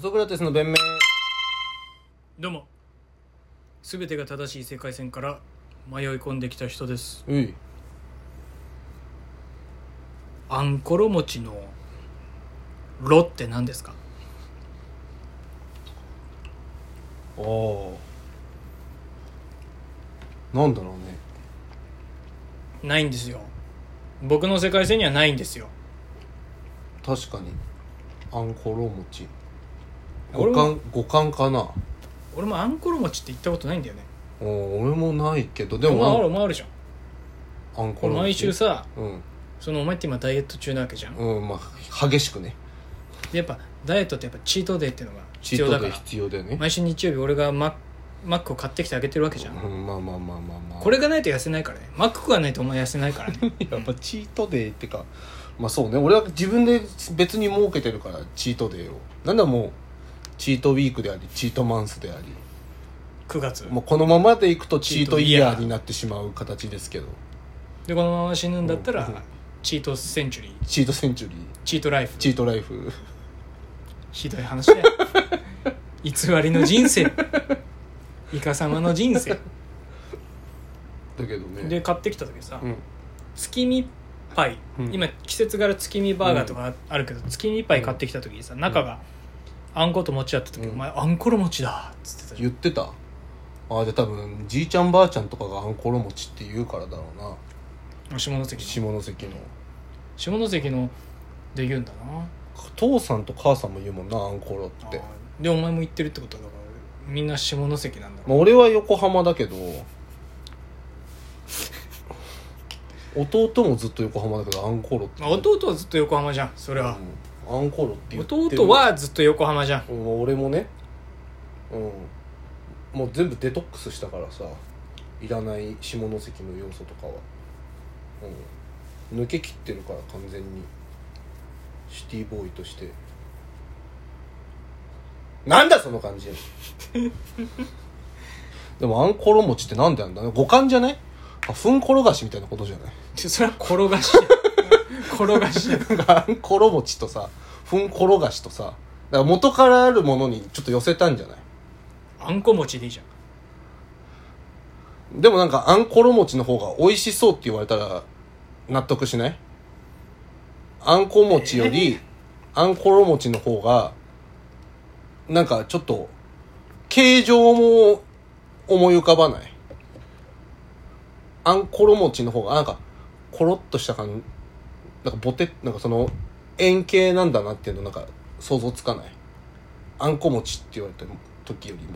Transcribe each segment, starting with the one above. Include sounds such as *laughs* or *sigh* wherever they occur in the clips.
ソクラテスの弁明どうも全てが正しい世界線から迷い込んできた人ですういあんころ餅の「ろ」って何ですかああなんだろうねないんですよ僕の世界線にはないんですよ確かにあんころ餅五俺も感五感かな俺もあんころ餅って言ったことないんだよねおー俺もないけどでお前あるもお前あるじゃんあんここれろ餅毎週さうんそのお前って今ダイエット中なわけじゃんでうんまあ激しくねやっぱダイエットってやっぱチートデーっていうのがチ必ー要だトかでら必要だよね毎週日曜日俺がママックを買ってきてあげてるわけじゃんうんまあまあまあまあまあこれがないと痩せないからねマックがないとお前痩せないから *laughs* ねやっぱチートデーってかまあそうね俺は自分で別に設けてるからチートデーをなんだもうチートウィークでありチートマンスであり9月もうこのままでいくとチートイヤーになってしまう形ですけどでこのまま死ぬんだったら、うんチートセンチュリーチートセンチュリーチートライフチートライフひどい話だよ *laughs* 偽りの人生イカ様の人生だけどねで買ってきた時さ、うん月見パイ、うん今季節柄月見バーガーとかあるけど、月見パイ買ってきた時にさ中があんこと餅だった時、うんお前あんころ餅だっつってたじゃ言ってたああで多分じいちゃんばあちゃんとかがあんころ餅って言うからだろうなん下関の下関の下関ので言うんだな父さんと母さんも言うもんなあんころってあーでお前も行ってるってことだからみんな下関なんだろまあ、俺は横浜だけ *laughs* ど弟もずっと横浜だけどアンコロってまあ、弟はずっと横浜じゃんそれは、うんアンコロって言ってる弟はずっと横浜 *laughs* じゃんうん俺もねうんもう全部デトックスしたからさいらない下関の要素とかは、うん、抜けきってるから完全にシティボーイとしてなんだその感じ *laughs* でもあんころ餅ってなんでなんだね五感じゃないあふん転がしみたいなことじゃないちょそれは転がし *laughs* 転がしなんかあんころ餅とさふん転がしとさだから元からあるものにちょっと寄せたんじゃないあんこ餅でいいじゃんでもなんかあんころ餅の方が美味しそうって言われたら納得しないあんこ餅よりあんころ餅の方がなんかちょっと形状も思い浮かばないあんころ餅の方がなんかコロッとした感じなんかボテなんかその円形なんだなっていうのなんか想像つかないあんこ餅って言われた時よりも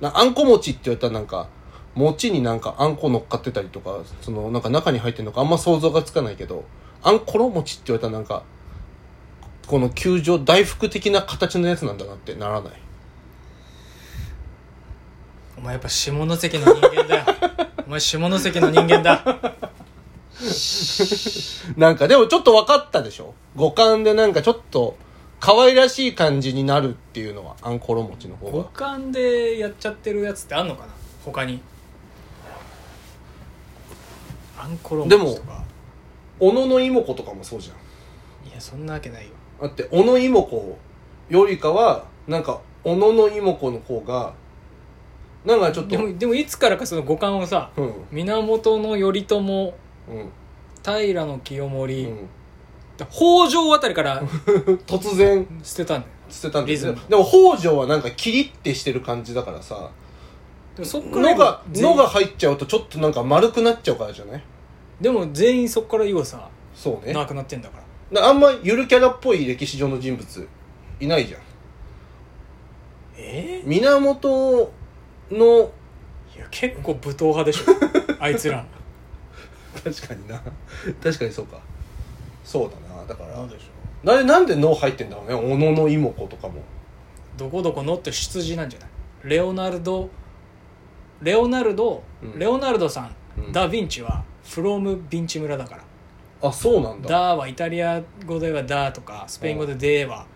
なあんこ餅って言われたらなんか餅になんかあんこ乗っかってたりとかそのなんか中に入ってるのかあんま想像がつかないけどあんころ餅って言われたらなんかこの球場大福的な形のやつなんだなってならないお前やっぱ下関の人間だよお前下関の人間だなんかでもちょっと分かったでしょ五感でなんかちょっと可愛らしい感じになるっていうのはあんころ餅の方五が感でやっちゃってるやつってあんのかな他にあんころ餅とか小野の妹子とかもそうじゃんいやそんなわけないよだって小野妹子よりかはなんか小野の妹子の方がなんかちょっとでもでもいつからかその五感をさうん源頼朝うん平清盛、う北条あたりからん、突然捨てたんだよ捨てたんですよリズムでも北条はなんかキリってしてる感じだからさでもそっ「かの」らが「全の」員が入っちゃうとちょっとなんか丸くなっちゃうからじゃないでも全員そっから要さそうねなくなってんだからなあんまゆるキャラっぽい歴史上の人物いないじゃんえ源のー、いや結構武闘派 *laughs* でしょあいつら確かにな確かにそうかそうだなだからでしょななんで「の」入ってんだろうね小野の妹子とかもどこどこのって出自なんじゃないレオナルドレオナルド、うんレオナルドさん、うんダ・ヴィンチはフロム・ヴィンチ村だからあそうなんだダーはイタリア語ではダーとかスペイン語でデーは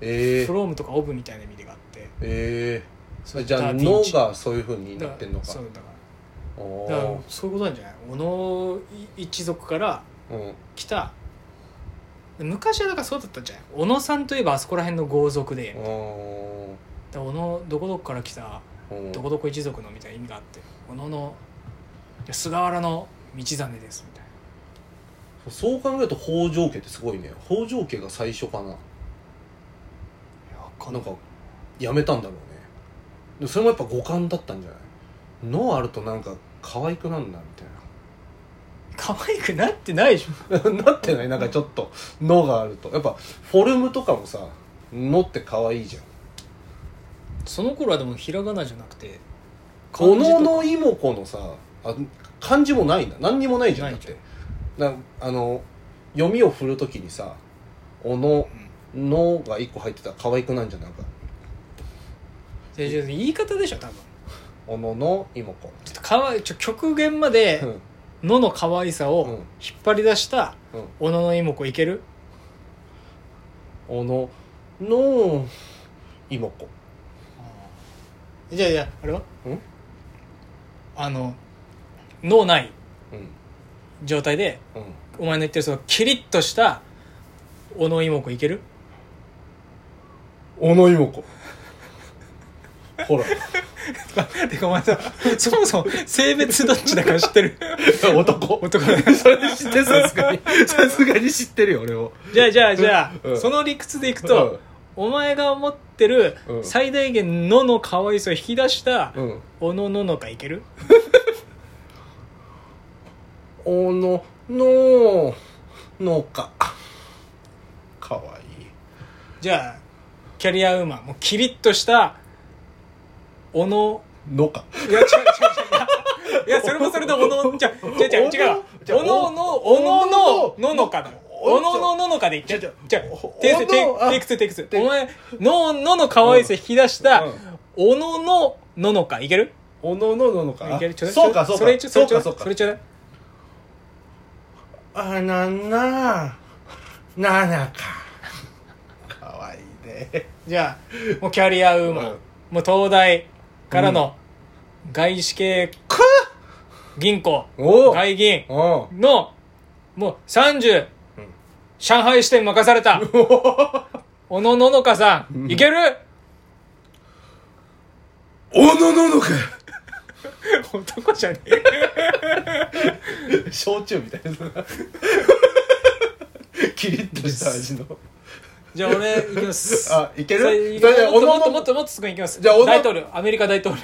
ええフロムとかオブみたいな意味があってええそうじゃあ「ダヴィのン」チがそういうふうにだなってんのかそうだからおだからーそういうことなんじゃない小野一族からうん来たで昔はだからそうだったんじゃない小野さんといえばあそこら辺の豪族でうーんだから小野どこどこから来たうんどこどこ一族のみたいな意味があって小野のいや菅原の道真ですみたいなそう考えると北条家ってすごいね北条家が最初かないやわかんななんいかやめたんだろうねでもそれもやっぱ五感だったんじゃない脳あるとなんか可愛くなんなみたいな可愛くなってないでし *laughs* ょなってないなんかちょっと脳があるとやっぱフォルムとかもさ脳って可愛いじゃんその頃はでもひらがなじゃなくて小漢字と野かの妹子のさあ漢字もないんだ何にもないじゃんだなっいじゃてなあの読みを振るときにさ「おの」「の」が一個入ってたら可愛くなんじゃんなんかでで言い方でしょ多分「おのの妹子 *laughs* ちょっとかわいちょ極限ま」でうん「の」の可愛さうんを引っ張り出したうん小野の妹子いける「おの」「の」「妹子じゃあじゃああれは」うんあの「の」ないうん状態でうんお前の言ってるそのキリッとした小野妹子いける「おの妹子」ほらてかお前さそもそも性別どっちだか知って *laughs* る男 *laughs* 男だそれ知ってさすがに *laughs* さすがに知ってるよ俺もじゃあじゃあじゃあ、うんその理屈でいくと、お前が思ってるうん最大限のの可愛さを引き出したうんうんおのののかいける「おの」「の」「の」か可愛いじゃあキャリアウーマンもうキリッとしたおののか。いや違う違う違ういやいやそれもそれでおのじゃあ違う違う違うおのおののおののののかだおおののののかでいっちゃうちょじゃあおテイクテイおのあクテイクツーテイクツーお前ののの可愛さ引き出したうんおののののかいけるおのおのののかいけるちょうだいそうかそうそれかちょそそれうちょかうだそいかうそれちょうだいあななななかかわいいねじゃあもうキャリアウーマン、うんもう東大からの外資系か銀行、おお外銀おのもう30、うん上海支店任された小野ののかさん、いける *laughs* おのののか男じゃねえ焼酎みたい *laughs* なキリッとした味のじゃあ俺いきま *laughs* すあいけるそれいけるそれもっと小野ものっともっともっとすぐいきますじゃあ小野大統領アメリカ大統領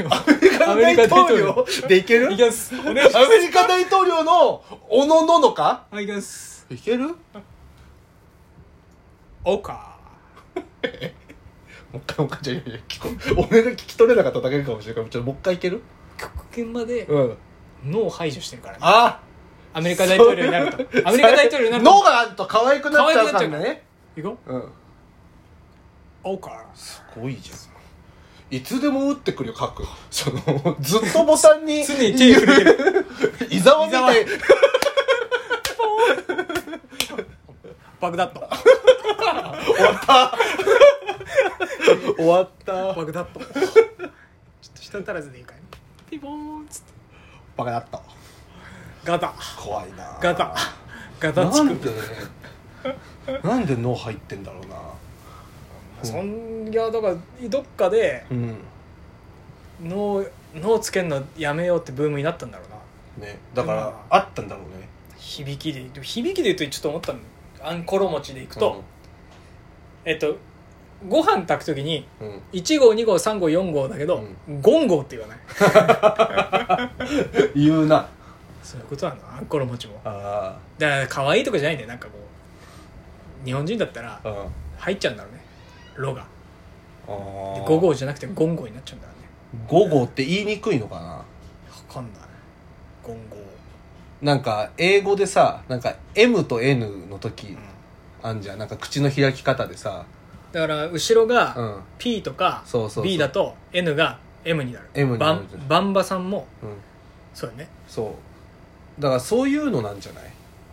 アメリカ大統領でいけるいきますお願いしまアメリカ大統領のおのののかすはいいきますいけるもおかう一回もう一回じゃない聞こえ俺が聞き取れなかっただけかもしれないからちょっともう一回いける極限までうん脳を排除してるからねあアメリカ大統領になると *laughs* アメリカ大統領になると脳があると可愛くなっちゃうから可愛くなっちゃねいこううんおかすごいじゃんいつでも打ってくるよ書くそのずっとボタンに常に手振れて *laughs* る伊沢み *laughs* たい爆弾と終わった爆弾とちょっと下足らずでいいからねピボーンっつってバカだったガタ怖いなガタガタなつんくでなんで脳入ってんだろうなそんいやだからどっかでうん脳脳つけんのやめようってブームになったんだろうなねだかうんらあったんだろうね響きででも響きで言うとちょっと思ったのあんころ餅でいくと、えっとご飯炊く時にうんうん1号2号3号4号だけど、ゴン号って言わない言うなそういうことなんだあんころ餅もあだから可愛いとかじゃないんだよなんかこう日本人だったらあうん入っちゃうんだろうねロがで5 5号じゃなくてゴンゴになっちゃうんだろうね5号って言いにくいのかなわかんないゴンゴなんか英語でさなんか M と N の時あんじゃんなんか口の開き方でさだから後ろうがん P とかそうそうそう B だと N が M になる M にバなるンバンバさんもうんそうだねそうだからそういうのなんじゃない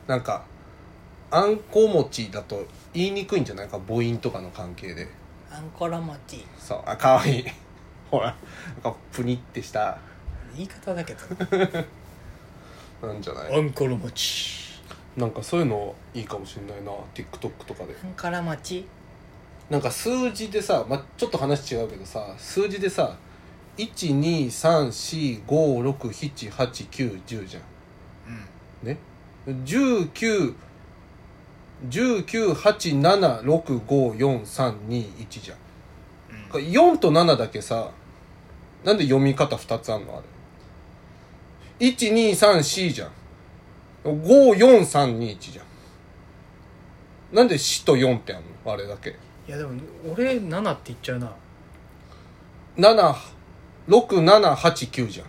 なんかあんこ餅だと言いにくいんじゃないか母音とかの関係でアンコラマティそうあかわい *laughs* いほらなんかプニってした *laughs* 言い方だけどなんじゃないアンコラマチなんかそういうのいいかもしれないな TikTok とかで半から町なんか数字でさ、まあ、ちょっと話違うけどさ数字でさ12345678910じゃんうんね19198765432じゃんうんこれ4と7だけさなんで読み方2つあんのあれ1234じゃん54321じゃんなんで4と4ってあんのあれだけいやでも俺7って言っちゃうな76789じゃん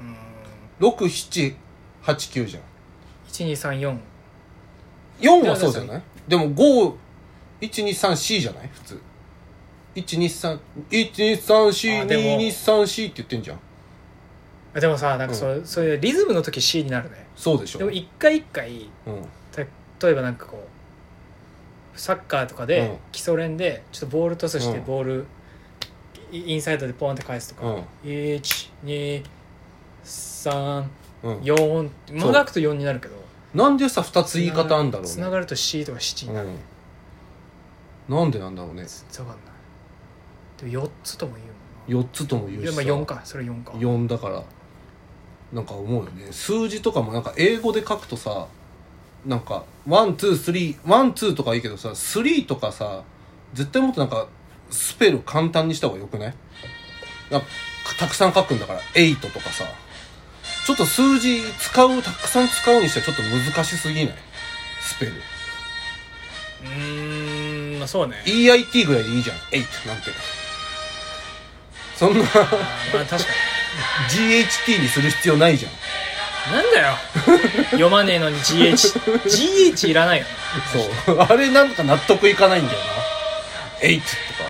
うん6789じゃん1234 4はそうじゃないでも5123C じゃない普通あでも 123123C223C って言ってんじゃんあでもさなんかそう,、そういうリズムの時 C になるねそうでしょでも一回一回うん例えばなんかこうサッカーとかうんで基礎練でちょっとボールトスしてうんボール、イインサイドでポンって返すとか、うん1234うん間が空くと4になるけどなんでさ2つ言い方あんだろうつなねがると C とか7になる、うんなんでなんだろうねつわかんないでも4つとも言うもん4つとも言うなしいやまさあ4かそれ4か4だからなんか思うよね数字とかもなんか英語で書くとさなんかワンツースリーワンツーとかいいけどさスリーとかさ絶対もっとなんかスペル簡単にした方がよくないなんかたくさん書くんだから8とかさちょっと数字使うたくさん使うにしてはちょっと難しすぎないスペルうーんまあそうね EIT ぐらいでいいじゃん8なんてそんなあーまあ確か GHT にする必要ないじゃんになんだよ読まねえのに GH GH いらないよなそう。あれなんか納得いかないんだよな。8とか。